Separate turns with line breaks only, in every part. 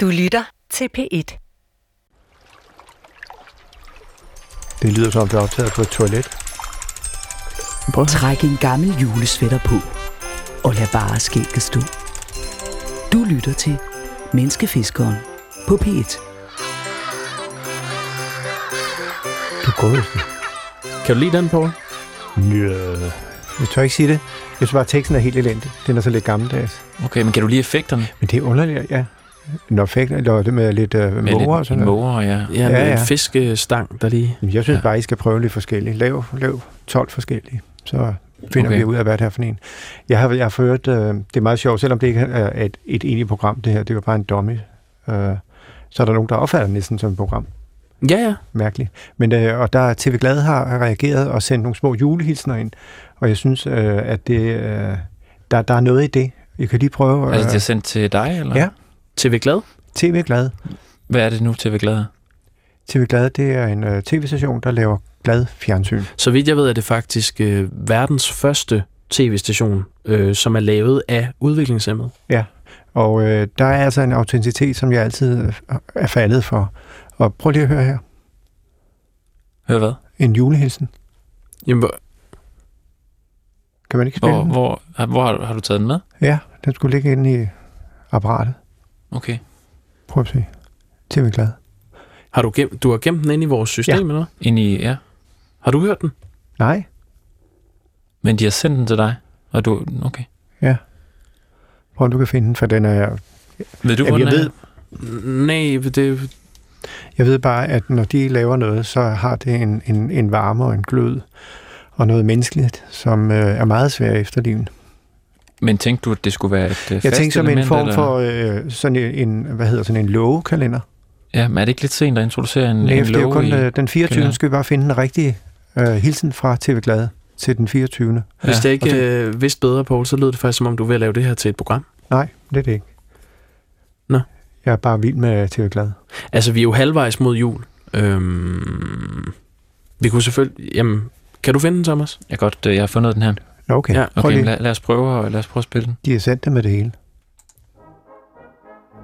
Du lytter til P1.
Det lyder som om, det er optaget på et toilet.
Prøv.
Træk en gammel julesvætter på, og lad bare skægget stå. Du lytter til Menneskefiskeren på P1.
Du godeste.
Kan du lide den, Paul?
Njø. Jeg tør ikke sige det. Jeg synes bare, at teksten er helt elendig. Den er så lidt gammeldags.
Okay, men kan du lide effekterne?
Men det er underligt, ja. Når fægter, eller det med lidt øh,
Med
måger og
lidt
sådan noget.
måger, ja. Ja,
Ja,
med ja,
ja.
en fiskestang, der lige...
Jamen, Jeg synes bare, I skal prøve lidt forskellige. Lav, lav 12 forskellige. Så finder
Okay.
okay. vi ud af, hvad det er for en. Jeg har, jeg har ført, øh, det er meget sjovt, selvom det ikke er et, et egentligt program, det her, det var bare en dummy. Øh, så er der nogen, der opfatter det næsten som et program.
Ja, ja.
mærkeligt. Men øh, og der er TV Glad har reageret og sendt nogle små julehilsner ind, og jeg synes, øh, at det, øh, der, der er noget i det. Jeg kan lige prøve. øh,
Altså, det er sendt til dig, eller?
Ja.
TV Glad?
TV Glad.
Hvad er det nu, TV Glad er?
TV Glad, det er en øh, tv-station, der laver glad fjernsyn.
Så vidt jeg ved, er det faktisk øh, verdens første tv-station, øh, som er lavet af udviklingshemmede.
Og øh, der er altså en autenticitet, som jeg altid øh, er faldet for. Og prøv lige at høre her.
Hør hvad?
En julehilsen.
Jamen, hvor,
Kan man ikke spille
hvor,
den?
hvor, har, hvor har, du- har du taget den med?
Ja, den skulle ligge inde i apparatet.
Okay.
Prøv at se. TV Glad.
Har du, gem, du har gemt den inde i vores system,
Ja.
ja. eller hvad?
Ind i, ja.
Har du hørt den?
Nej,
Men de har sendt den til dig, og du, okay.
prøv om du kan finde den, for den er
Ved du,
Jamen,
hvor den
jeg
er?
ved-
Nej, det,
Jeg ved bare, at når de laver noget, så har det en, en, en varme og en glød og noget menneskeligt, som øh, er meget svært at efterligne.
Men tænkte du, at det skulle være et øh, fast
Jeg tænkte som en
element,
form
eller?
for øh, sådan en, hvad hedder sådan en lovekalender.
Ja, men er det ikke lidt sent at introducere en,
Nej,
en
det er jo
lov
kun
i...
øh, den 24.
kalenderen.
skal vi bare finde den rigtige øh, hilsen fra TV Glade til den 24.
Hvis
Ja,
jeg
og
ikke øh, vidste bedre, Poul, så lød det faktisk, som om du er ved at lave det her til et program.
Nej, det er det ikke.
Nå.
Jeg er bare vild med TV Glade.
Altså, vi er jo halvvejs mod jul. Øhm, vi kunne selvfølgelig... Jamen, kan du finde den, Thomas?
Jeg, godt, øh, jeg har fundet den her.
Nå, okay.
Ja,
Ja,
Okay,
Prøv
men
lige.
lad, lad, os prøve, at- lad os prøve at spille den.
De er sendt det med det hele.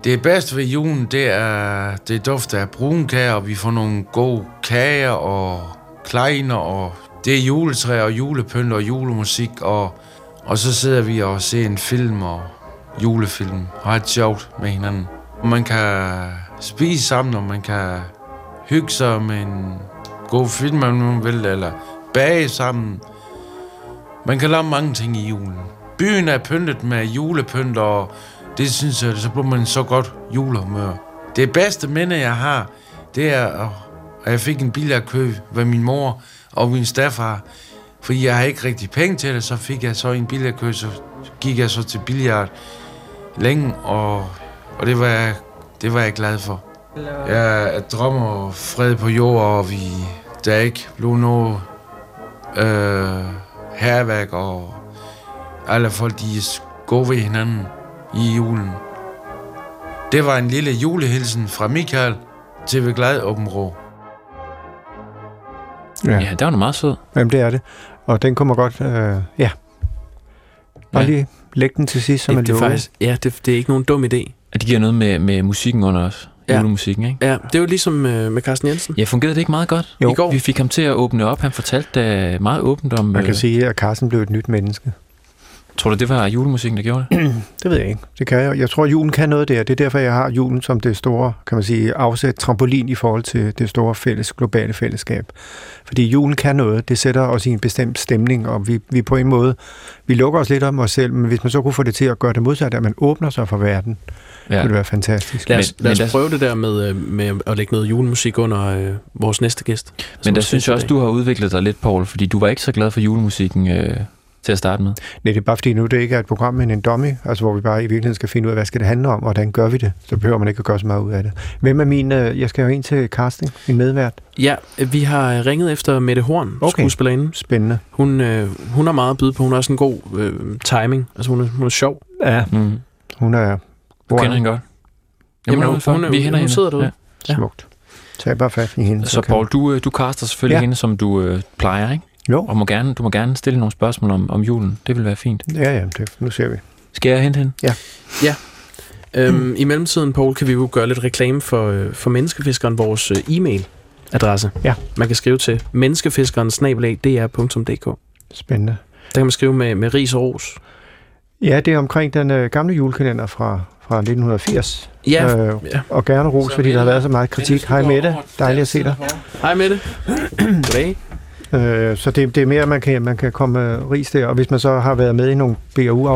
Det bedste ved julen, det er det dufter af brunkager, og vi får nogle gode kager og kleiner, og det er juletræ og julepynt og julemusik, og, og så sidder vi og ser en film og julefilm og har det sjovt med hinanden. Og man kan spise sammen, og man kan hygge sig med en god film, om man vil, eller bage sammen. Man kan lave mange ting i julen. Byen er pyntet med julepynt, og det synes jeg, så bliver man så godt julehumør. Det bedste minde, jeg har, det er, at jeg fik en bil at købe ved min mor og min stafar. Fordi jeg har ikke rigtig penge til det, så fik jeg så en bil at købe, så gik jeg så til billiard længe, og, og det, var jeg, det var jeg glad for. Jeg drømmer fred på jord, og vi, der er ikke blev noget øh, herværk, og alle folk, de er gode ved hinanden i julen. Det var en lille julehilsen fra Michael til ved Glad Åben Rå.
Ja, ja der var den meget sød.
Jamen, det er det. Og den kommer godt... Øh, ja. Bare
Ja.
lige læg den til sidst, som en
det, det er
låge.
faktisk, ja, det, det er ikke nogen dum idé.
Og de giver noget med, med musikken under os.
Ja.
Ja. Julemusikken, ikke?
Ja, det er jo ligesom øh, med Carsten Jensen.
Ja, fungerede det ikke meget godt?
Jo.
I går. Vi fik ham til at åbne op. Han fortalte da meget åbent om...
Man kan
øh,
sige, at Carsten blev et nyt menneske.
Tror du, det var julemusikken, der gjorde det?
Det ved jeg ikke. Det kan jeg. Jeg tror, julen kan noget der. Det er derfor, jeg har julen som det store, kan man sige, afsæt trampolin i forhold til det store fælles, globale fællesskab. Fordi julen kan noget. Det sætter os i en bestemt stemning, og vi, vi på en måde, vi lukker os lidt om os selv, men hvis man så kunne få det til at gøre det modsatte, at man åbner sig for verden, ja.
Ja.
ville det være fantastisk.
Lad os,
Men-
lad os
men der-
prøve det der med, øh, med at lægge noget julemusik under øh, vores næste gæst.
Men der synes jeg også, du har udviklet dig lidt, Paul, fordi du var ikke så glad for julemusikken øh, til at starte med.
Nej, det er bare fordi nu det ikke er et program, men en dummy, altså hvor vi bare i virkeligheden skal finde ud af, hvad skal det handle om, og hvordan gør vi det? Så behøver man ikke at gøre så meget ud af det. Hvem er min, øh, jeg skal jo ind til casting, min medvært.
Ja, øh, vi har øh, ringet efter Mette Horn, okay.
Okay.
skuespillerinde.
Spændende.
Hun, øh, hun har meget at byde på. Hun har også en god øh, timing. Altså, hun er, hun er sjov.
Ja.
Mm.
Hun er...
Du kender hende godt. Jamen, hun,
hun,
hun,
hun,
vi
hun,
henter
hun
hende.
sidder derude.
Ja. Ja.
Smukt. Tag bare fat i hende.
Så
kan-
Paul, du, øh, du kaster selvfølgelig
Ja.
ja. hende, som du øh, plejer, ikke?
Jo,
Og må gerne, du må gerne stille nogle spørgsmål om, om julen. Det vil være fint.
ja, ja, det, nu ser vi.
Skal jeg hente hende?
Ja, Øhm, I mellemtiden, Paul, kan vi jo gøre lidt reklame for, øh, for Menneskefiskeren, vores øh, e-mail adresse.
Ja.
Man kan skrive til menneskefiskeren dr.dk.
Spændende.
Der kan man skrive med, med ris og ros.
Ja, det er omkring den øh, gamle julekalender fra, fra 1980.
Ja.
Øh,
ja.
og gerne ros,
Så
fordi der har
Mette-
været så meget kritik. Hej Mette, dejligt at se dig.
Hej med det. Goddag.
Øh, så det, det er mere, man kan, man kan komme øh, ris der. Og hvis man så har været med i nogle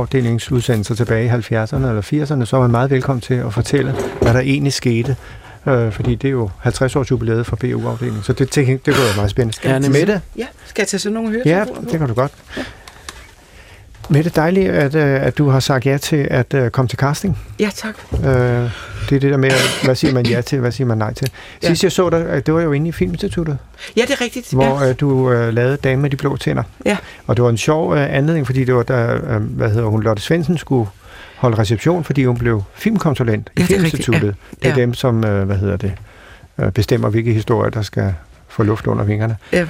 BAU-afdelingsudsendelser tilbage i 70'erne eller 80'erne, så er man meget velkommen til at fortælle, hvad der egentlig skete. Øh, fordi det er jo 50 års jubilæet for BU-afdelingen, så det, tænkte jeg, det kunne være meget spændende.
Ja, nemlig.
Mette?
Ja, skal jeg tage sådan nogle
Ja,
høretelefoner på?
det kan du godt. Mette, dejligt, at, øh, at du har sagt ja til at øh, komme til casting.
Ja, tak.
Øh, det er det der med, hvad siger man ja til, hvad siger man nej til.
Ja.
Sidst jeg så dig, øh, det var jo inde i Filminstituttet,
Ja, det er rigtigt.
hvor
ja.
øh, du øh, lavede Dame med de blå tænder.
Ja.
Og det var en sjov øh, anledning, fordi det var da, øh, hvad hedder hun, Lotte Svendsen skulle holde reception, fordi hun blev filmkonsulent i
Ja, det er rigtigt,
Filminstituttet. Det er
ja.
dem, som, øh, hvad hedder det, øh, bestemmer, hvilke historier, der skal få luft under vingerne.
Ja.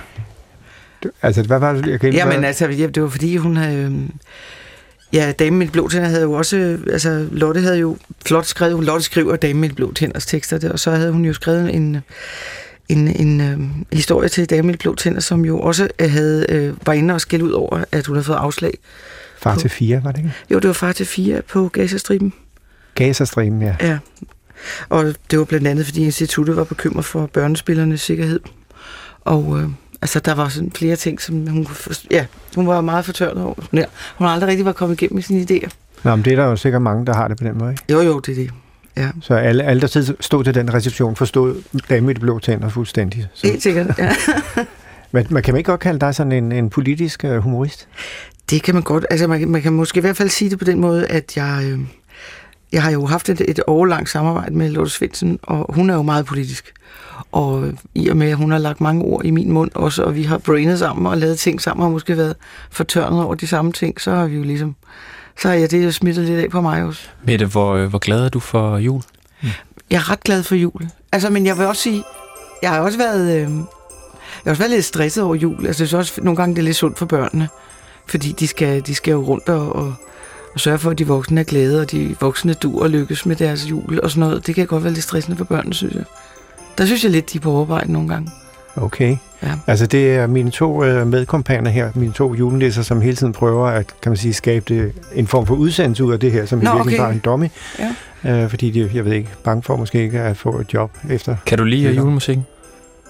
Du, altså, hvad var det? Jeg kan ikke-
Jamen
hvad-
altså, ja, det var fordi, hun havde... øhm, Ja, Damen med de blå tænder havde jo også... øh, Altså, Lotte havde jo flot skrevet... Lotte skriver Damen med de blå tænders tekster, det- og så havde hun jo skrevet en... øh, En, en øhm, historie til Damen med de blå tænder, som jo også øh, havde, øh, var inde og skælde ud over, at hun havde fået afslag. øh,
Far til fire, var det ikke?
Jo, det var far til fire på Gazastriben.
Gazastriben, ja.
Ja. Og det var blandt andet, fordi instituttet var bekymret for børnespillernes sikkerhed. Og øh, altså, der var sådan flere ting, som hun kunne forst- Ja, hun var meget fortørnet over. Ja. Hun har aldrig rigtig var kommet igennem med sine idéer.
Nå, men det er der jo sikkert mange, der har det på den måde, ikke?
Jo, jo, det er det. Ja,
Så alle, alle der tid- stod til den reception, forstod dame i de blå tænder fuldstændig. Så,
helt sikkert. Ja.
men man kan man ikke godt kalde dig sådan en, en politisk øh, humorist?
Det kan man godt. Altså, man, kan- man kan måske i hvert fald sige det på den måde, at jeg... Øh, jeg har jo haft et, et årlangt samarbejde med Lotte Svendsen, og hun er jo meget politisk. Og øh, i og med, at hun har lagt mange ord i min mund også, og vi har brainet sammen og lavet ting sammen, og måske været fortørnet over de samme ting, så har vi jo ligesom... Så har jeg det jo smittet lidt af på mig også.
Mette, hvor, øh, hvor glad er du for jul?
Jeg er ret glad for jul. Altså, men jeg vil også sige, jeg har også været... Øh, jeg har også været lidt stresset over jul. Altså, det er også nogle gange det er lidt sundt for børnene. Fordi de skal, de skal jo rundt og, og, og sørge for, at de voksne er glade, og de voksne dur og lykkes med deres jul og sådan noget. Det kan godt være lidt stressende for børnene, synes jeg. Der synes jeg lidt, de er på overarbejde nogle gange.
Okay.
Ja.
Altså det er mine to øh, medkompaner her, mine to julelæsser, som hele tiden prøver at, kan man sige, skabe det, en form for udsendelse ud af det her, som i
Nå,
virkeligheden
okay.
bare er en dummy.
Ja.
Øh, fordi de, jeg ved ikke, bange for måske ikke at få et job efter.
Kan du lide øh,
Peter.
julemusikken?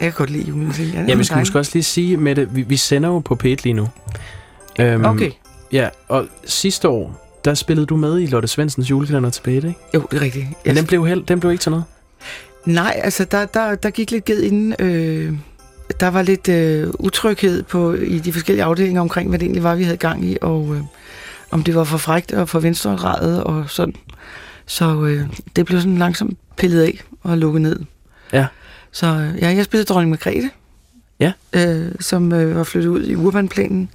Jeg kan godt lide julen. Ja,
Ja, vi skal måske også lige sige, Mette, vi, vi sender jo på P1 lige nu. Øhm,
Okay.
Ja, og sidste år, der spillede du med i Lotte Svendsens julekalender til P1, ikke?
Jo, det er rigtigt.
Men den blev, held, den blev ikke til noget.
Nej, altså der, der, der gik lidt ged inden. Øh, der var lidt øh, utryghed på, i de forskellige afdelinger omkring, hvad det egentlig var, vi havde gang i, og øh, om det var for frægt og for venstrerettet og sådan. Så øh, det blev sådan langsomt pillet af og lukket ned.
Ja.
Så øh, ja, jeg spillede dronning Margrethe,
Ja.
øh, som øh, var flyttet ud i urbanplanen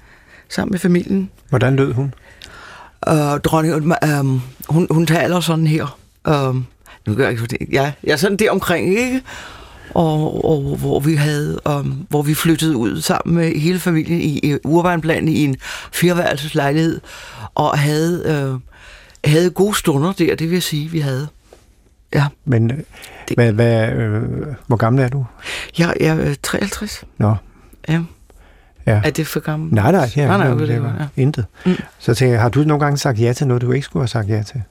sammen med familien.
Hvordan lød hun?
Og dronning, øh, hun, hun taler sådan her. Øh, nu gør jeg ikke for det. Ja, jeg er sådan der omkring, ikke? Og, og hvor vi havde, øh, hvor vi flyttede ud sammen med hele familien i, i Urbanplanen i en fireværelseslejlighed, og havde, øh, havde gode stunder der, det vil jeg sige, vi havde. Ja,
Men øh,
Det-
hvad, hvad, øh, hvor gammel er du?
jeg jeg er 53.
Nå,
øh, Ja.
Ja.
Er det for gammel?
nej, nej, her,
nej, nej,
her,
det,
det
var,
var
ja.
intet.
Mm.
Så tænker jeg, har du nogle gange sagt ja til noget, du ikke skulle have sagt ja til?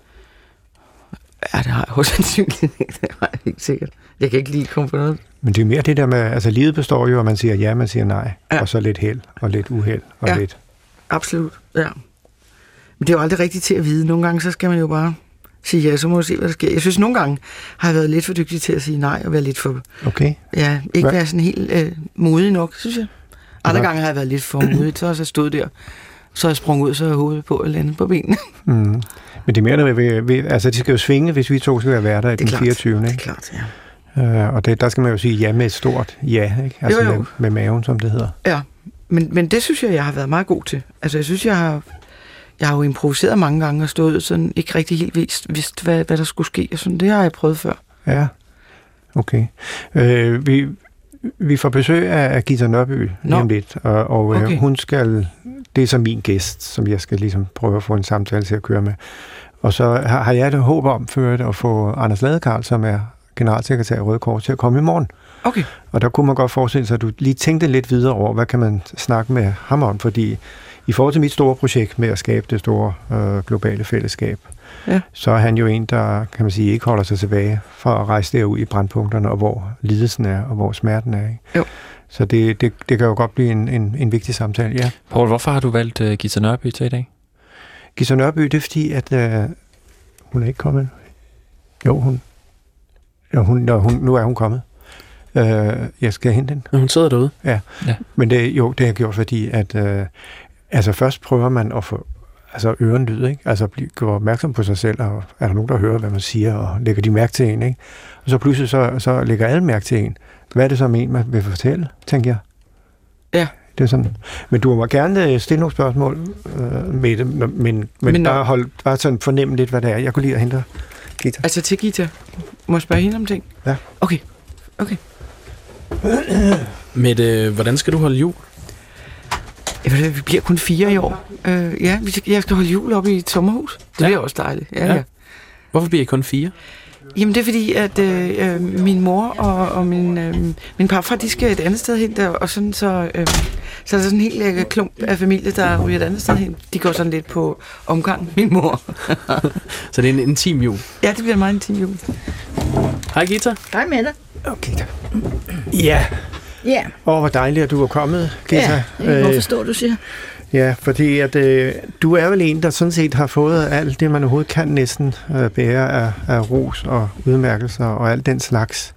ja, det har jeg jo sandsynligt. det har jeg helt sikkert. Jeg kan ikke lige komme på noget.
Men det er mere det der med, altså livet består jo, at man siger ja, man siger nej, ja.
Ja.
og så lidt held, og lidt uheld, og ja.
Ja.
lidt...
Absolut, ja. Men det er jo aldrig rigtigt til at vide. Nogle gange, så skal man jo bare sige ja, så må vi se, hvad der sker. Jeg synes, nogle gange har jeg været lidt for dygtig til at sige nej, og være lidt for...
Okay,
Ja, ikke
Hvad?
være sådan helt øh, modig nok, synes jeg. Andre
Hvad?
gange har jeg været lidt for modig, så har jeg så stået der, så har jeg sprunget ud, så har jeg hovedet på og landet på benene.
mm. men det er mere der ved, ved, altså det skal jo svinge, hvis vi to skal være værter i den 24.
Det er
Ikke?
klart, ja.
Øh, og det, der skal man jo sige ja med et stort ja, ikke? altså
Jo, jo.
Med, med maven, som det hedder.
Ja, men, men det synes jeg, jeg har været meget god til. Altså, jeg synes, jeg har, jeg har jo improviseret mange gange og stået sådan, ikke rigtig helt vidst, vidst hvad, hvad der skulle ske. Og sådan, det har jeg prøvet før.
Ja, okay. Øh, vi, vi får besøg af, af Gita Nørby lige
Nå.
om lidt, og, og øh, okay.
Okay.
hun skal, det er så min gæst, som jeg skal ligesom prøve at få en samtale til at køre med. Og så har har jeg det håb om for øvrigt at få Anders Ladekarl, som er generalsekretær i Røde Kors, til at komme i morgen.
Okay.
Og der kunne man godt forestille sig, at du lige tænkte lidt videre over, hvad kan man snakke med ham om, fordi i forhold til mit store projekt med at skabe det store øh, globale fællesskab,
Ja.
så er han jo en, der kan man sige, ikke holder sig tilbage fra at rejse derud i brandpunkterne, og hvor lidelsen er, og hvor smerten er. Ikke?
Jo.
Så det, det, det kan jo godt blive en, en, en vigtig samtale, ja.
Poul, hvorfor har du valgt uh, Gita Nørby til i dag?
Gisa Nørby, det er fordi, at øh, hun er ikke kommet. Jo, hun, jo, hun, jo, hun nu er hun kommet. Øh, jeg skal hente hende.
Men hun sidder derude.
Men det, jo, det har jeg gjort, fordi at, øh, altså først prøver man at få altså øren lyd, ikke? Altså blive, gøre opmærksom på sig selv, og er der nogen, der hører, hvad man siger, og lægger de mærke til en, ikke? Og så pludselig så, så lægger alle mærke til en. Hvad er det så med en, man vil fortælle, tænker jeg.
Ja.
Det er sådan. Men du må gerne øh, stille nogle spørgsmål øh, med det, men, men, men
Men
bare,
nok-
hold, bare sådan fornemme lidt, hvad det er. Jeg kunne lige at hente dig. Gita.
Altså til Gita. Må jeg spørge hende om ting?
Ja.
Okay.
Mette, øh, hvordan skal du holde jul?
Jeg ved, det, vi bliver kun fire i år. Øh, ja, vi skal, jeg skal holde jul op i et sommerhus. Det
Ja.
bliver også dejligt. Ja,
Ja.
ja. ja.
Hvorfor bliver I kun fire?
Jamen det er fordi, at øh, øh, min mor og, og min, øh, min parfar, de skal et andet sted hen, der, og sådan så, øh, så er der sådan en helt øh, klump af familie, der ryger et andet sted hen. De går sådan lidt på omgang, min mor.
Så det er en intim jul.
Ja, det bliver en meget intim jul.
Hej Gita.
Hej med dig.
Okay, da. Ja,
Ja,
og hvor dejligt, at du er kommet, Øh, Gita.
ja. Jeg kan forstå, du siger.
Ja, fordi at, øh, du er vel en, der sådan set har fået alt det, man overhovedet kan næsten øh, bære af, af ros og udmærkelser og alt den slags.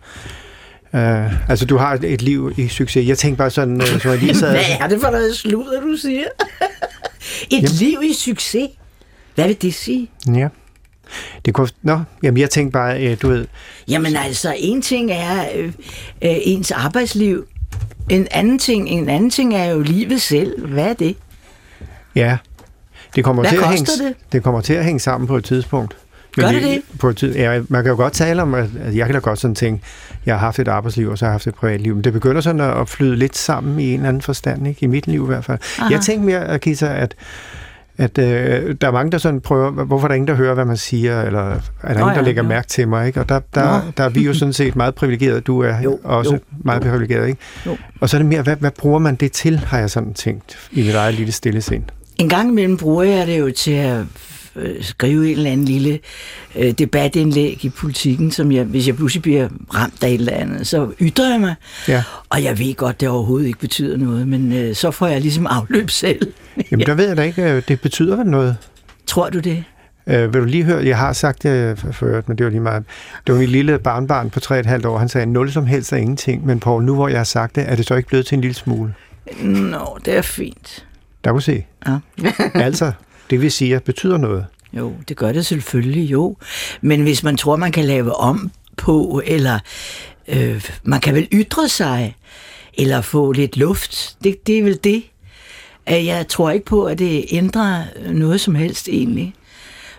Øh, altså, du har et liv i succes. Jeg tænkte bare sådan, øh, som jeg lige sad...
Hvad er det for noget sludder, du siger? Et
Jamen.
liv i succes. Hvad vil det sige?
ja. Det kunne, nå, jamen jeg tænkte bare, øh, du ved...
Jamen altså, en ting er øh, øh, ens arbejdsliv. En anden, ting, en anden ting er jo livet selv. Hvad er det?
Ja, det kommer,
Hvad
til at, hænge,
koster det?
det kommer til at hænge sammen på et tidspunkt.
Gør det
det? På et tid, ja, man kan jo godt tale om, at at jeg kan da godt sådan tænke, jeg har haft et arbejdsliv, og så har jeg haft et privatliv. Men det begynder sådan at at flyde lidt sammen i en eller anden forstand, ikke? i mit liv i hvert fald. Aha. Jeg tænkte mere, Gita, at at øh, der er mange, der sådan prøver, hvorfor er der ingen, der hører, hvad man siger, eller er der Nå, ingen, der
ja,
lægger
jo.
mærke til mig, ikke? Og der, der, der er vi jo sådan set meget privilegerede, du er jo,
Jo,
også jo,
jo,
meget
jo.
privilegeret, ikke?
Jo.
Og så er det mere, hvad, hvad bruger man det til, har jeg sådan tænkt, i mit eget lille stille sind.
En gang imellem bruger jeg det jo til at øh, skrive en eller anden lille øh, debatindlæg i politikken, som jeg, hvis jeg pludselig bliver ramt af et eller andet, så ytrer jeg mig.
Ja.
Og jeg ved godt, det overhovedet ikke betyder noget, men øh, så får jeg ligesom afløb selv.
Jamen, ja. der ved jeg da ikke, øh, det betyder vel noget.
Tror du det?
Øh, vil du lige høre, jeg har sagt det øh, før, men det var lige meget. Det var min lille barnbarn på 3,5 år, han sagde, nul som helst er ingenting, men Poul, nu hvor jeg har sagt det, er det så ikke blevet til en lille smule?
Nå, det er fint.
Der kunne se.
Ja.
altså, det vi siger betyder noget.
Jo, det gør det selvfølgelig, jo. Men hvis man tror, man kan lave om på, eller øh, man kan vel ytre sig, eller få lidt luft, det, det er vel det. Øh, Jeg tror ikke på, at det ændrer noget som helst egentlig.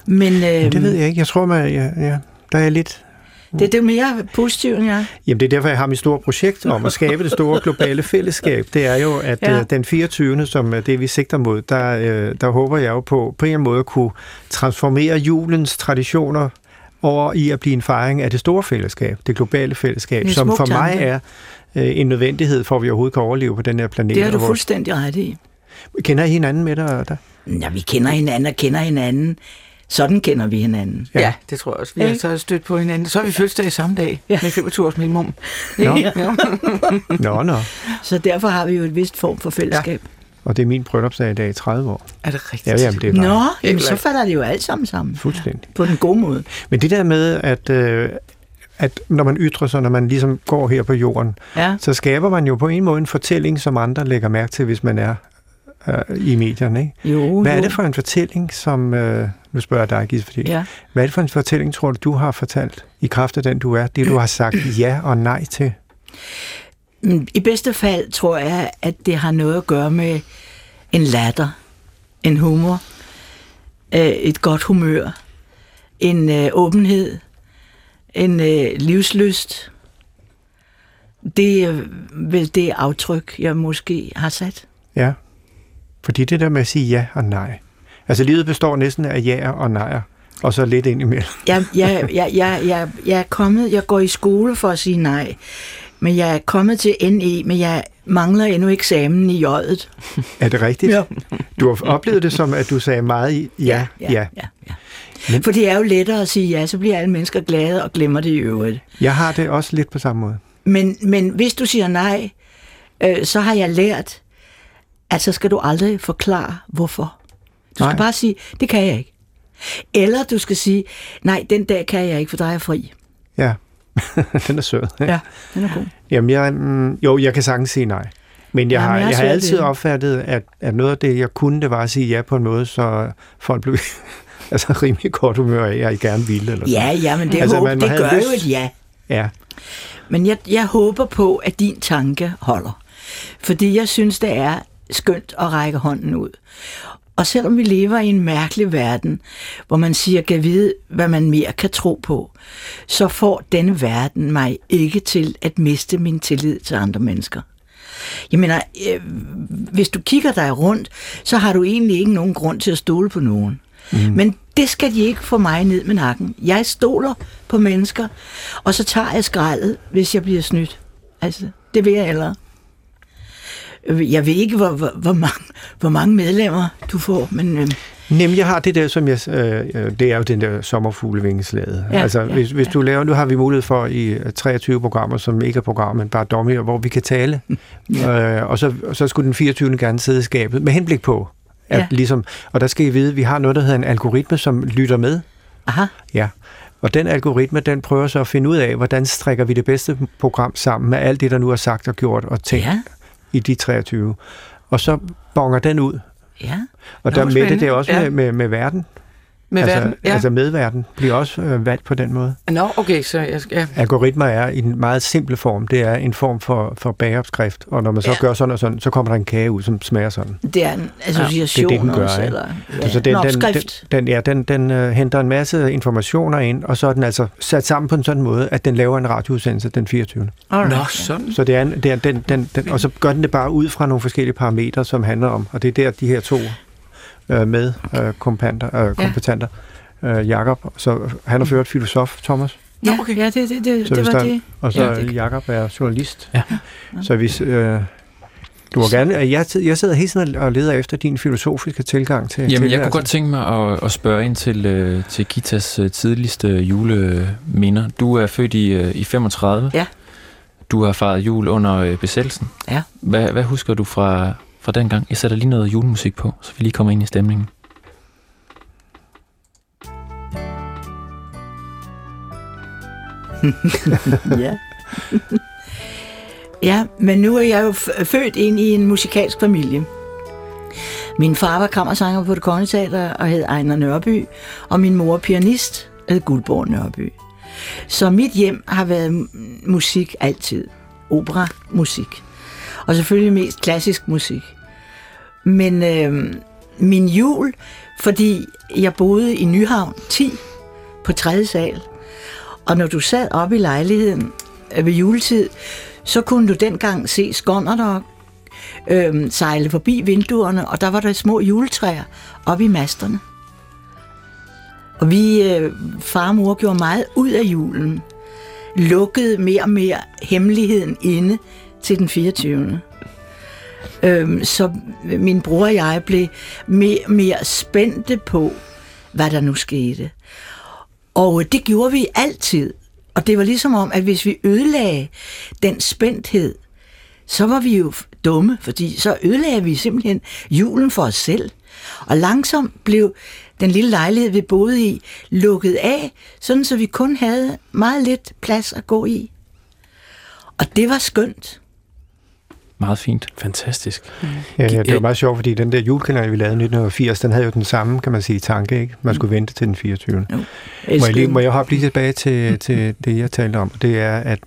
Men øh,
Jamen, det ved
jeg.
jeg ikke. Jeg tror, man, ja, ja, der er jeg lidt
det, det er mere positivt, end jeg.
Jamen, det er derfor, jeg har mit store projekt om at skabe det store globale fællesskab. Det er jo, at ja.
Ja.
øh, den 24., som er det, vi sigter mod, der, øh, der håber jeg jo på, på en eller anden måde at kunne transformere julens traditioner over i at blive en fejring af det store fællesskab, det globale fællesskab,
Det er en
som
smuk
for mig
tanke.
er øh, en nødvendighed for, at vi overhovedet kan overleve på den her planet.
Det har
og
du
vores-
fuldstændig ret i.
Kender I hinanden med dig? Der?
Ja, vi kender hinanden og kender hinanden. Sådan kender vi hinanden.
Ja, det tror jeg også. Vi har så stødt på hinanden. Så har vi fødselsdag samme dag
Ja.
med 25 års minimum.
Nå.
Ja.
Nå, nå.
Så derfor har vi jo et vist form for fællesskab.
Og det er min bryllupsdag i dag i 30 år.
Er det rigtigt?
Ja, jamen, det er
Ja,
bare
Nå, jamen,
klart.
så falder det jo alt sammen sammen.
fuldstændig.
På den gode måde.
Men det der med, at, øh, at når man ytrer sig, når man ligesom går her på jorden,
Ja.
så skaber man jo på en måde en fortælling, som andre lægger mærke til, hvis man er øh, i medierne. Ikke?
Jo,
Hvad er
jo.
det for en fortælling, som... Øh, nu spørger jeg dig, Gis, fordi...
Ja.
Hvad er det for en fortælling, tror du, du har fortalt i kraft af den, du er? Det, du har sagt ja og nej til?
Mm, I bedste fald tror jeg, at det har noget at gøre med en latter, en humor, øh, et godt humør, en øh, åbenhed, en øh, livsløst. Det er vel det aftryk, jeg måske har sat.
Ja. Fordi det der med at sige ja og nej. Altså, livet består næsten af ja og nejer. og så lidt ind imellem.
Jeg, jeg, jeg, jeg, jeg, jeg er kommet, jeg går i skole for at sige nej, men jeg er kommet til NE, men jeg mangler endnu eksamen i J'et.
Er det rigtigt? Ja. Du har oplevet det som, at du sagde meget i- ja, ja. ja.
ja, ja. Men... For det er jo lettere at sige ja, så bliver alle mennesker glade og glemmer det i øvrigt.
Jeg har det også lidt på samme måde.
Men, men hvis du siger nej, øh, så har jeg lært, at så skal du aldrig forklare, hvorfor. Du skal
Nej.
nej. bare sige, det kan jeg ikke. Eller du skal sige, nej, den dag kan jeg ikke, for der er jeg fri.
Ja, den er sød.
Ja, den er god.
Jamen, jeg, mm, jo, jeg kan sagtens sige nej. Men jeg,
Jamen,
har,
jeg er
jeg har
svært ved
altid
det.
opfattet, at, at noget af det, jeg kunne, det var at sige ja på en måde, så folk blev altså rimelig kort humør af, at jeg gerne ville. Eller sådan.
Ja, ja, men det,
Altså,
altså, håb,
man må
det
have
gør lyst. jo
lyst.
et ja.
ja.
Men jeg, jeg håber på, at din tanke holder. Fordi jeg synes, det er skønt at række hånden ud. Og selvom vi lever i en mærkelig verden, hvor man siger, kan vide, hvad man mere kan tro på, så får denne verden mig ikke til at miste min tillid til andre mennesker. Jeg mener, øh, hvis du kigger dig rundt, så har du egentlig ikke nogen grund til at stole på nogen. Mm. Men det skal de ikke få mig ned med nakken. Jeg stoler på mennesker, og så tager jeg skraldet, hvis jeg bliver snydt. Altså, det vil jeg hellere. Øh, Jeg ved ikke, hvor, hvor, hvor, mange, hvor mange medlemmer du får, men øh,
Jamen, jeg har det der, som jeg... Øh, øh, det er jo den der sommerfuglevingeslade. Ja,
Ja,
altså, ja,
ja,
hvis, hvis du laver... Nu har vi mulighed for i øh, 23 programmer, som ikke er programmer, men bare dommer, hvor vi kan tale. ja. øh, og, så, og så skulle den 24. gerne sidde i skabet med henblik på. At, ja.
Ja.
ligesom, og der skal I vide, at vi har noget, der hedder en algoritme, som lytter med.
aha,
Ja. Og den algoritme, den prøver så at finde ud af, hvordan strikker vi det bedste program sammen med alt det, der nu er sagt og gjort og tænkt ja.
ja,
i de 23. Og så bonger den ud.
ja.
Og
Nå,
der med det,
spændende.
det er også ja. med,
Ja.
med, med verden.
Med
altså,
altså, verden. Ja.
altså medverden bliver også øh, valgt på den måde.
Nå, okay, så jeg skal... Ja.
Algoritmer er i en meget simple form. Det er en form for, for bageopskrift, og når man så ja.
Ja.
gør sådan og sådan, så kommer der en kage ud, som smager sådan.
Det er en altså, association
den gør,
også,
ikke?
eller ja.
Altså,
en opskrift.
den, den, ja, den, den øh, henter en masse informationer ind, og så er den altså sat sammen på en sådan måde, at den laver en radioudsendelse den 24.
Mm.
Nå,
Alright, ja.
sådan.
Så det er, en, det er den, den, den, og så gør den det bare ud fra nogle forskellige parametre, som handler om, og det er der de her to øh, med øh, kompanter, øh, kompetenter, øh, Jakob, så han er ført filosof, Thomas,
Nå,
Ja,
okay.
ja, det, det, det,
Så
det
hvis
var
der-
det.
og så
Ja,
ja,
det-
Jakob er journalist.
Ja.
Så hvis øh, du må gerne, jeg, jeg sidder hele tiden og leder efter din filosofiske tilgang Øh, til
Jamen, jeg kunne
tilværelsen.
godt tænke mig at, at spørge ind til, øh, til Gitas øh, tidligste juleminder. Du er født i, øh, i 35.
Ja.
Du har fejret jul under øh, besættelsen.
Ja.
Hvad, hvad husker du fra, fra den gang? Jeg sætter lige noget julemusik på, så vi lige kommer ind i stemningen.
ja. ja, men nu er jeg jo f- født ind i en musikalsk familie. Min far var kammersanger på det Kongelige Teater og hed Ejner Nørby, og min mor pianist hed Guldborg Nørby. Så mit hjem har været m- musik altid. Opera, musik. Og selvfølgelig mest klassisk musik. Men øh, min jul, fordi jeg boede i Nyhavn 10 på 3. sal, og når du sad oppe i lejligheden øh, ved juletid, så kunne du dengang se skonder, der øhm, sejle forbi vinduerne, og der var der små juletræer oppe i masterne. Og vi, øh, far og mor, gjorde meget ud af julen. Lukkede mere og mere hemmeligheden inde til den 24. Øhm, så min bror og jeg blev mere og mere spændte på, hvad der nu skete. Og øh, det gjorde vi altid. Og det var ligesom om, at hvis vi ødelagde den spændthed, så var vi jo f- dumme, fordi så ødelagde vi simpelthen julen for os selv. Og langsomt blev den lille lejlighed, vi boede i, lukket af, sådan så vi kun havde meget lidt plads at gå i. Og det var skønt.
Meget fint.
Fantastisk.
Ja, ja, det var meget sjovt, fordi den der julekalender, vi lavede i 1980, den havde jo den samme, kan man sige, tanke, ikke?
Mm.
Man skulle vente til den 24. Må jeg, lige, må jeg hoppe lige tilbage til, til det, jeg talte om? Det er, at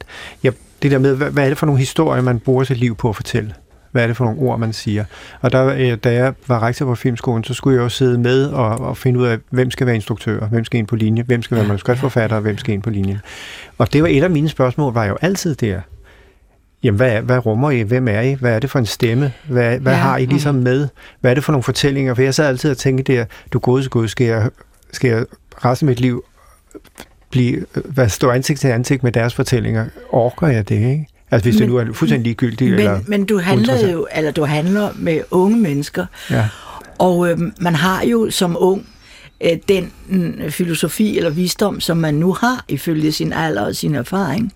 ja, det der med, hvad, hvad er det for nogle historier, man bruger sit liv på at fortælle? Hvad er det for nogle ord, man siger? Og der, øh, da jeg var rektor på filmskolen, så skulle jeg jo sidde med og, og finde ud af, hvem skal være instruktør, hvem skal ind på linje, hvem skal være manuskriptforfatter, og hvem skal ind på linje. Og det var et af mine spørgsmål, var jo altid der. Jamen, hvad, er- hvad rummer I? Hvem er I? Hvad er det for en stemme? Hvad, hvad ja,
Ja,
har I ligesom med? Hvad er det for nogle fortællinger? For jeg sad altid og tænkte der, du gode, gode, skal jeg skal jeg resten af mit liv blive, hvad står ansigt til ansigt med deres fortællinger? Orker jeg det, ikke? Altså hvis men, det nu er fuldstændig ligegyldigt,
Men,
eller...
men du handler
uinteressant.
jo, eller du handler med unge mennesker,
Ja.
og øh, man har jo som ung øh, den øh, filosofi eller visdom, som man nu har ifølge sin alder og sin erfaring.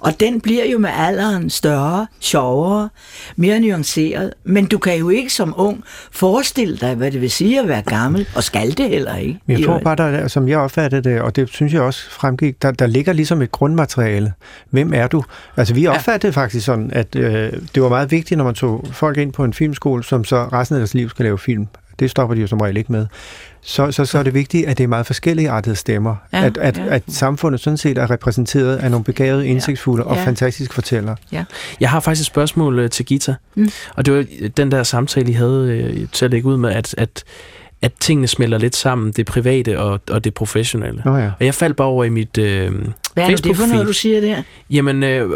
Og den bliver jo med alderen større, sjovere, mere nuanceret. Men du kan jo ikke som ung forestille dig, hvad det vil sige at være gammel, og skal det heller ikke.
Men
i
jeg tror
øvrigt.
bare, der, er- som jeg opfattede det, og det synes jeg også fremgik, der, der ligger ligesom et grundmateriale. Hvem er du? Altså vi opfattede ja. faktisk sådan, at øh, det var meget vigtigt, når man tog folk ind på en filmskole, som så resten af deres liv skal lave film. Det stopper de jo som regel ikke med. Så, så, så er det vigtigt, at det er meget forskellige artede stemmer.
Ja,
at, at,
ja.
at samfundet sådan set er repræsenteret af nogle begavede, indsigtsfulde og
Ja.
fantastiske fortællere.
Jeg har faktisk et spørgsmål øh, til Gita.
Mm.
Mm. Og det var øh, den der samtale, I havde øh, til at lægge ud med, at, at, at tingene smelter lidt sammen, det private og, og det professionelle.
Nå ja.
Og jeg faldt bare over i mit...
Hvad
Øh,
er det for noget,
Facebook-feed.
du siger der?
jamen, øh,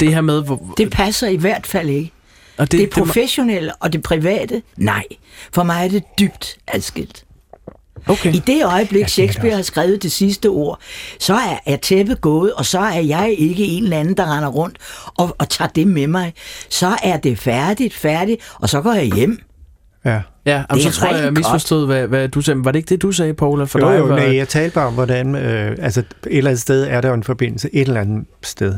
det her med... Hvor,
Det passer i hvert fald ikke.
og
Det, det professionelle og det private, nej. For mig er det dybt adskilt.
okay.
I det øjeblik,
det
Shakespeare har skrevet det sidste ord, så er, er tæppet gået, og så er jeg ikke en eller anden, der render rundt og, og tager det med mig. Så er det færdigt, færdigt, og så går jeg hjem.
ja.
Ja, og
Det er
så tror jeg, jeg
rigtig
misforstod, hvad, hvad du sagde. Var det ikke det, du sagde, Paula? For
For jo,
dig
jo,
var,
men jeg talte bare om, hvordan, øh, altså et eller andet sted er der jo en forbindelse, et eller andet sted.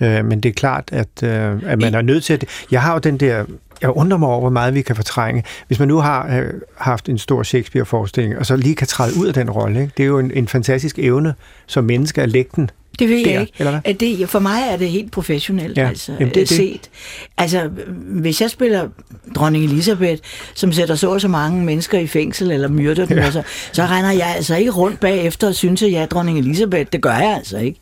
Øh, men det er klart, at, øh, at man er nødt til at... Jeg har jo den der... Jeg undrer mig over, hvor meget vi kan fortrænge. Hvis man nu har øh, haft en stor Shakespeare-forestilling, og så lige kan træde ud af den rolle, ikke? det er jo en, en fantastisk evne som menneske at lægge den.
Det ved
Der,
jeg ikke.
eller hvad?
At Det, for mig er det helt professionelt,
Ja,
ja, altså,
jamen, det
det,
er det.
det. set. Altså, hvis jeg spiller dronning Elisabeth, som sætter så og så mange mennesker i fængsel, eller myrder dem, ja. så, så regner jeg altså ikke rundt bagefter og synes, at jeg er dronning Elisabeth. Det gør jeg altså ikke.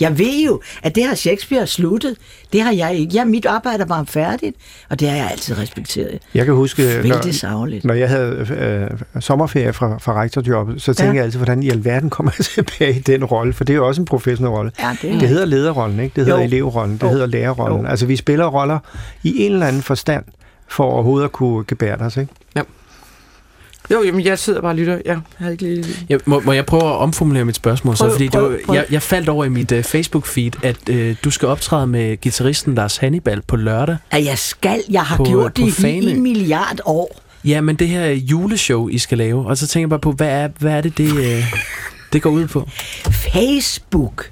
Jeg ved jo, at det har Shakespeare sluttet. Det har jeg ikke. Ja, mit arbejde er bare færdigt, og det har jeg altid respekteret.
Jeg kan huske, øh,
Vældig savligt.
når jeg havde øh, sommerferie fra, fra rektorjobbet, så tænkte ja.
Ja.
jeg altid, hvordan i alverden kommer jeg tilbage i den rolle, for det er jo også en professionel rolle.
Ja, det er
Det hedder lederrollen, ikke? Det hedder
Mm. Jo.
elevrollen, det
Jo.
hedder lærerrollen.
Jo.
Altså, vi spiller roller i en eller anden forstand, for overhovedet at kunne gebære os, ikke?
Jo, jamen, jeg sidder bare og lytter. Jeg havde ikke lige...
Ja, må, må jeg prøve at omformulere mit spørgsmål?
Prøv,
så, fordi
prøv,
det var,
prøv.
Jeg, jeg faldt over i mit uh, Facebook-feed, at uh, du skal optræde med gitarristen Lars Hannibal på lørdag.
At jeg skal, jeg har
På-
på, gjort
på
det i
Fanø.
en milliard år.
Ja, men det her juleshow, I skal lave. Og så tænker jeg bare på, hvad er, hvad er det, det, uh, det går ud på?
Facebook.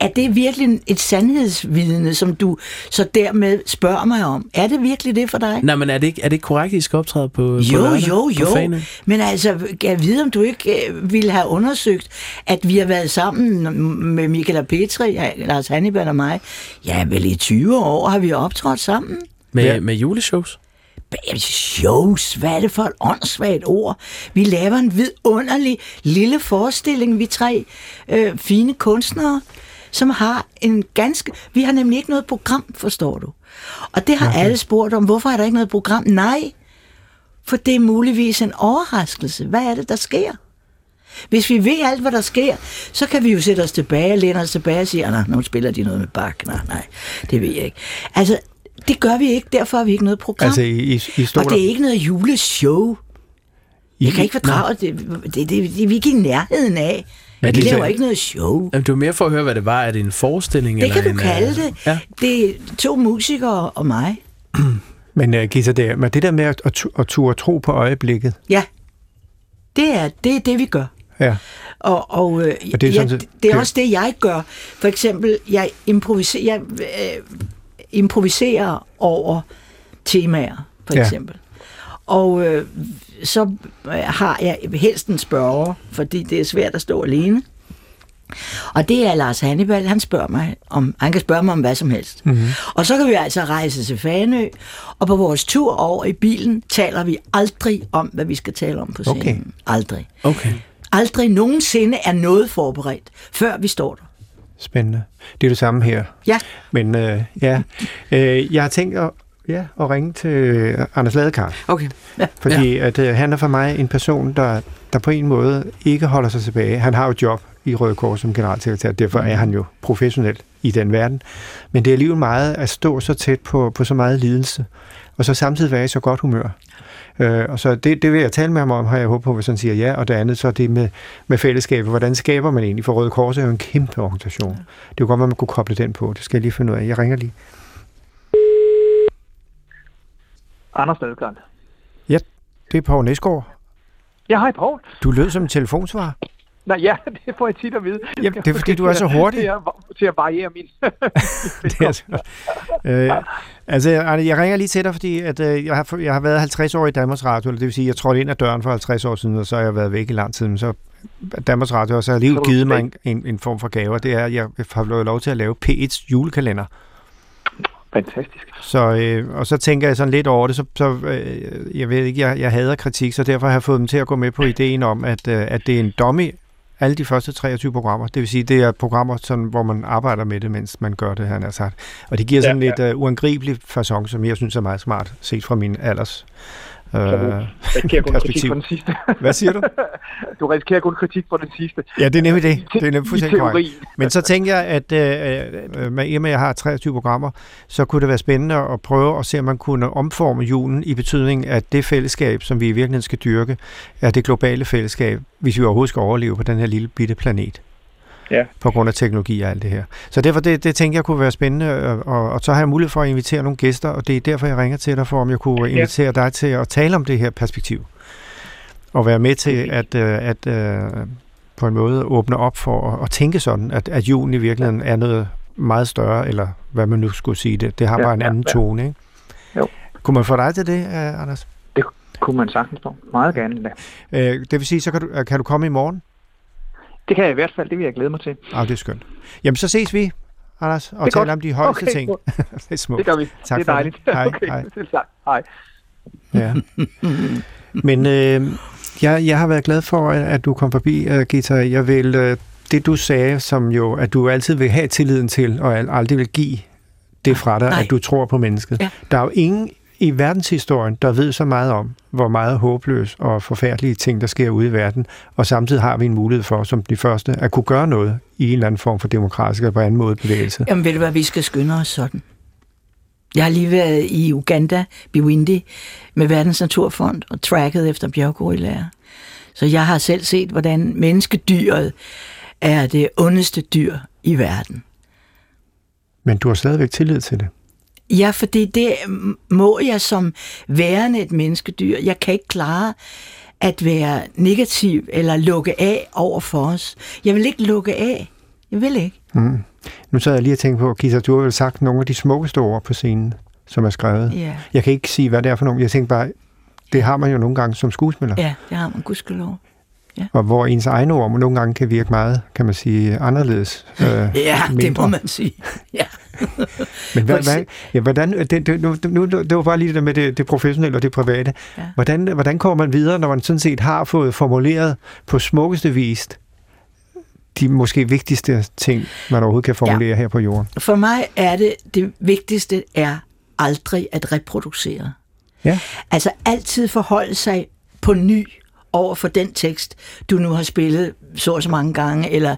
Er det virkelig et sandhedsvidne, som du så dermed spørger mig om? Er det virkelig det for dig?
Nej, men er det ikke, er det ikke korrekt, at I skal optræde på, på
Jo,
lørdag?
jo,
På
jo.
Fanø?
Men altså, kan jeg vide, om du ikke øh, ville have undersøgt, at vi har været sammen med Michael og Petri, ja, Lars Hannibal og mig? Ja, vel i 20 år har vi optrådt sammen.
Med,
Ja.
ja. med juleshows?
Bam, Shows, hvad er det for et åndssvagt ord? Vi laver en vidunderlig lille forestilling, vi tre øh, fine kunstnere, som har en ganske... Vi har nemlig ikke noget program, forstår du. Og det har okay. alle spurgt om, hvorfor er der ikke noget program? Nej, for det er muligvis en overraskelse. Hvad er det, der sker? Hvis vi ved alt, hvad der sker, så kan vi jo sætte os tilbage, læne os tilbage og sige, "Ah, nej, nu spiller de noget med bak. Nej, nej, det ved jeg ikke. Altså, det gør vi ikke, derfor har vi ikke noget program.
Altså, i, i, i stoler...
Og det er ikke noget juleshow. Jeg kan ikke fordrage det. Det, det, det, det er vi ikke i nærheden af.
Ja,
vi
det er
laver
så-
ikke noget show.
Jamen, det var mere for at høre, hvad det var. Er det en forestilling?
Det
eller
kan du
en, øh,
kalde det.
Ja.
Det er to musikere og mig.
Men, uh, Gita, det, er- men det der med at, at, tu- at turde tro på øjeblikket,
Ja, det er det, er det vi gør.
ja,
Og, og, øh,
Og
og
det er
det,
sådan
ja,
set-
det, det
det-
er også det, jeg gør. For eksempel, jeg improviserer, jeg, øh, improviserer over temaer, for
Ja.
eksempel. Og øh, så øh, har jeg helst en spørger, fordi det er svært at stå alene. Og det er Lars Hannibal, han spørger mig om, han kan spørge mig om hvad som helst. Mm-hmm. Og så kan vi altså rejse til Fanø, og på vores tur over i bilen taler vi aldrig om, hvad vi skal tale om på scenen.
Okay.
Okay. Aldrig.
Okay.
Aldrig nogensinde er noget forberedt, før vi står der.
spændende. Det er det samme her.
Ja,
Men øh, ja, øh, jeg har tænkt at, ja, at ringe til øh, Anders Ladekar.
Okay.
Fordi ja. at, øh, han er for mig en person, der, der på en måde ikke holder sig tilbage. Han har jo et job. i Røde Kors som generalsekretær. Derfor er han jo professionel i den verden. Men det er alligevel meget at stå så tæt på, på så meget lidelse, og så samtidig være i så godt humør. Øh, og så det, det vil jeg tale med ham om, har jeg håbet på, hvis han siger ja. Og det andet, så er det med, med fællesskabet. Hvordan skaber man egentlig? For Røde Kors er jo en kæmpe organisation. Det er jo godt, at man kunne koble den på. Det skal jeg lige finde ud af. Jeg ringer lige.
Anders Nødgaard.
Ja, det er Poul Næsgaard.
Ja, hej Poul.
Du lød som en telefonsvarer.
Nej, ja, det får jeg tit at vide.
Jamen, det er, fordi du er så hurtig.
Til at, til at variere min...
det er så. Øh, altså, Arne, jeg ringer lige til dig, fordi at, øh, jeg, har, jeg har været 50 år i Danmarks Radio, eller det vil sige, jeg trådte ind ad døren for 50 år siden, og så har jeg været væk i lang tid, men så Danmarks Radio har så alligevel
Så du-
givet mig en, en, en form for gave, og det er, at jeg har fået lov til at lave P1's julekalender.
Fantastisk.
Så, øh, og så tænker jeg sådan lidt over det, så, så øh, jeg ved ikke, jeg, jeg hader kritik, så derfor har jeg fået dem til at gå med på ideen om, at, øh, at det er en dummy, alle de første 23 programmer. Det vil sige, det er programmer, sådan, hvor man arbejder med det, mens man gør det, han har sagt. Og det giver sådan ja,
Ja,
lidt øh, uangribelig façon, som jeg synes er meget smart, set fra min alders. Øh,
Absolut. Jeg risikerer kun kritik
Perspektiv.
på den sidste.
hvad siger du?
Du risikerer kun kritik på den sidste.
Ja, det er nemlig det. Det er nemlig
I
fuldstændig korrekt.
teorien.
Men så tænker jeg, at øh, øh, med, i og med, at jeg har 23 programmer, så kunne det være spændende at prøve at se, om man kunne omforme julen i betydning af det fællesskab, som vi i virkeligheden skal dyrke, er det globale fællesskab, hvis vi overhovedet skal overleve på den her lille bitte planet.
Ja.
På grund af teknologi og alt det her. Så derfor, det, det tænker jeg kunne være spændende, og, og, og så har jeg mulighed for at invitere nogle gæster, og det er derfor, jeg ringer til dig, for om jeg kunne
Ja.
invitere dig til at tale om det her perspektiv. Og være med til at, øh, at øh, på en måde åbne op for at, at tænke sådan, at, at julen i virkeligheden er noget meget større, eller hvad man nu skulle sige det. Det har
Ja,
bare en
ja,
anden
ja.
tone, ikke?
Jo.
Kunne man få dig til det, øh, Anders?
Kunne man sagtens på. Meget gerne da.
Øh, det vil sige, så kan du, øh, kan du komme i morgen?
Det kan jeg i hvert fald, det vil jeg glæde mig til.
Ah, det er skønt. Jamen, så ses vi, Anders, og
er
taler
godt.
om de højeste
Okay,
ting.
godt.
det er smukt.
Det gør vi.
Tak
det
for
er dejligt.
det. Hej,
okay,
hej.
Selv tak. Hej.
Ja. Men øh, jeg, jeg har været glad for, at, at du kom forbi, uh, Gita. Jeg vil, øh, det du sagde, som jo, at du altid vil have tilliden til, og al- aldrig vil give det fra dig,
Nej.
at du tror på mennesket.
Ja.
Der er jo ingen i verdenshistorien, der ved så meget om, hvor meget håbløs og forfærdelige ting, der sker ude i verden, og samtidig har vi en mulighed for, som de første, at kunne gøre noget i en eller anden form for demokratisk eller på anden måde bevægelse.
Jamen ved du hvad, vi skal skynde os sådan. Jeg har lige været i Uganda, Biwindi, med Verdens Naturfond og tracket efter bjerggorillaer. Så jeg har selv set, hvordan menneskedyret er det ondeste dyr i verden.
Men du har stadigvæk tillid til det.
Ja, fordi det må jeg som værende et menneskedyr. Jeg kan ikke klare at være negativ eller lukke af over for os. Jeg vil ikke lukke af. Jeg vil ikke.
Mm. Nu sad jeg lige og tænkte på, Gita, du har vel sagt nogle af de smukkeste ord på scenen, som er skrevet.
Ja,
Jeg kan ikke sige, hvad det er for nogle. Jeg tænkte bare, det har man jo nogle gange som skuespiller.
ja det har man gudskelov.
Og hvor ens egne ord nogle gange kan virke meget, kan man sige, anderledes. Øh,
Ja, det må
mindre.
man sige. Ja.
Men
For
hvad,
ekse-
hvad, ja, hvordan, øh, det, det, nu, nu, det var bare lige det der med det, det professionelle og det private.
Ja.
Hvordan, hvordan kommer man videre, når man sådan set har fået formuleret på smukkeste vis de måske vigtigste ting, man overhovedet kan formulere ja. her på jorden?
For mig er det, det vigtigste er aldrig at reproducere.
Ja.
Altså altid forholde sig på ny over for den tekst, du nu har spillet så og så mange gange, eller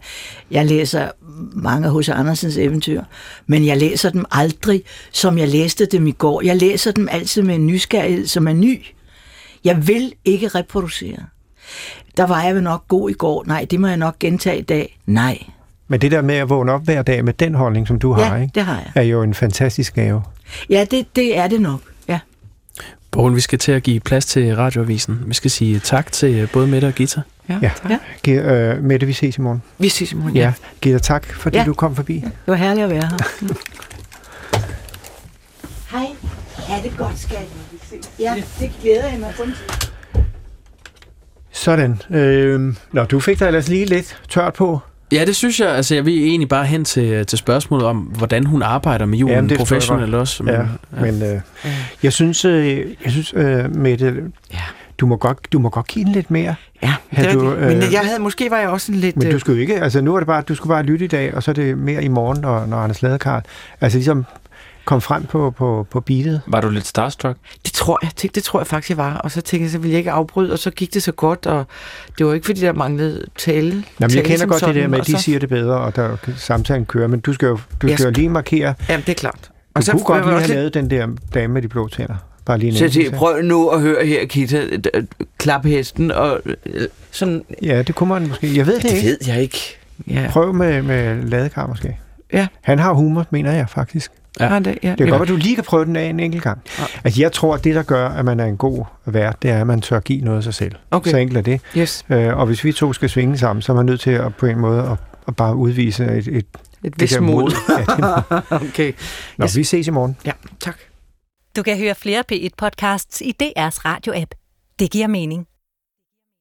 jeg læser mange af H.C. Andersens eventyr, men jeg læser dem aldrig, som jeg læste dem i går. Jeg læser dem altid med en nysgerrighed, som er ny. Jeg vil ikke reproducere. Der var jeg vel nok god i går. Nej, det må jeg nok gentage i dag. Nej.
Men det der med at vågne op hver dag med den holdning, som du har,
ja,
ikke,
det har jeg.
er jo en fantastisk gave.
Ja, det, det er det nok. Ja.
Poul, vi skal til at give plads til radioavisen. Vi skal sige tak til øh, både Mette og Gita.
Ja,
Ja.
tak.
Ja.
Gi- øh, Mette, vi ses i morgen.
Vi ses i morgen.
Ja, Gitte, tak fordi ja.
Ja.
du kom forbi.
Det var herligt at være her. Hej. Ja, det er godt, skat. Ja, det glæder jeg mig kun til.
Sådan. Øh, nå, du fik dig ellers lige lidt tørt på.
Ja, det synes jeg. Altså, jeg vil egentlig bare hen til, øh, til spørgsmålet om, hvordan hun arbejder med julen
Jamen,
Jamen,
det forstår jeg
professionelt også.
Ja, men øh, jeg synes, øh, jeg synes øh, Mette,
Ja.
du må godt, du må godt give den lidt mere.
Ja, det
Havde
er
du,
rigtigt. Men
øh,
jeg havde, måske var jeg også en lidt...
Men du
øh,
skulle jo ikke, altså nu er det bare, du skulle bare lytte i dag, og så er det mere i morgen, når, når Anders Ladekarl, altså ligesom kom frem på, på, på beatet?
Var du lidt starstruck?
Det tror jeg, tænkte, det tror jeg faktisk, jeg var. Og så tænkte jeg, så ville jeg ikke afbryde, og så gik det så godt, og det var ikke, fordi der manglede tale.
Jamen,
tale
jeg kender
som
godt det
ligesom sådan,
der med, at
og
de
så,
siger det bedre, og der samtalen kører, men du skal jo, du
Jeg
skal jo
skal-
lige markere. Du
Jamen, det er klart.
kunne
blev jeg
godt lige
også
have lavet
lidt-
den der dame med de blå tænder. Bare lige en
Så
enkelt,
det, prøv nu at høre her, Kita, d- d- klap hesten, og øh, sådan...
ikke? Ja, det kunne man måske. Jeg ved det ikke.
ved jeg ikke. Ja,
Prøv med, med ladekar måske.
Ja.
Han har humor, mener jeg faktisk.
ja. Har det, ja.
Det er godt, at du lige kan prøve den af en enkelt gang.
Ja.
Altså, jeg tror, at det, der gør, at man er en god vært, det er, at man tør give noget af sig selv.
Okay.
Så enkelt er det.
Yes,
Øh, Og hvis vi to skal svinge sammen, så er man nødt til at på en måde at, at bare udvise et, et
et
det
vist
der
mod.
Ja, det-
Okay,
Nå,
Yes.
vi ses i morgen.
ja, tak.
Du kan høre flere P1-podcasts i DR's radio-app. Det giver mening.